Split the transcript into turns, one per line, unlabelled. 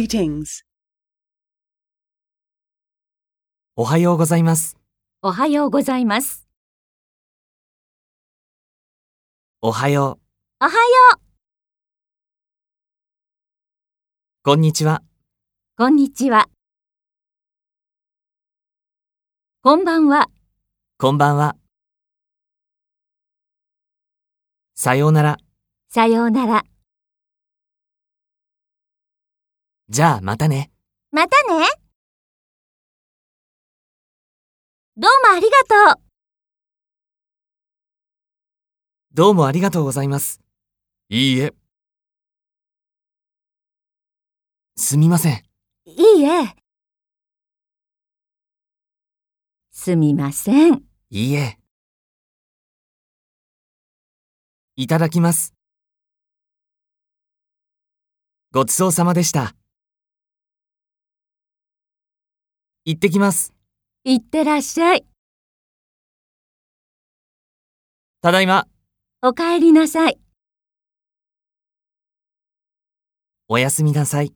Greetings.
おはようございます。
おはようございます。
おはよう。
おはよう。
こんにちは。
こんにちは。こんばんは。
こんばんは。さようなら。
さようなら。
じゃあまたね。
またね。どうもありがとう。
どうもありがとうございます。いいえ。すみません。
いいえ。すみません。
いいえ。いただきます。ごちそうさまでした。行ってきます。
いってらっしゃい。
ただいま。
お帰りなさい。
おやすみなさい。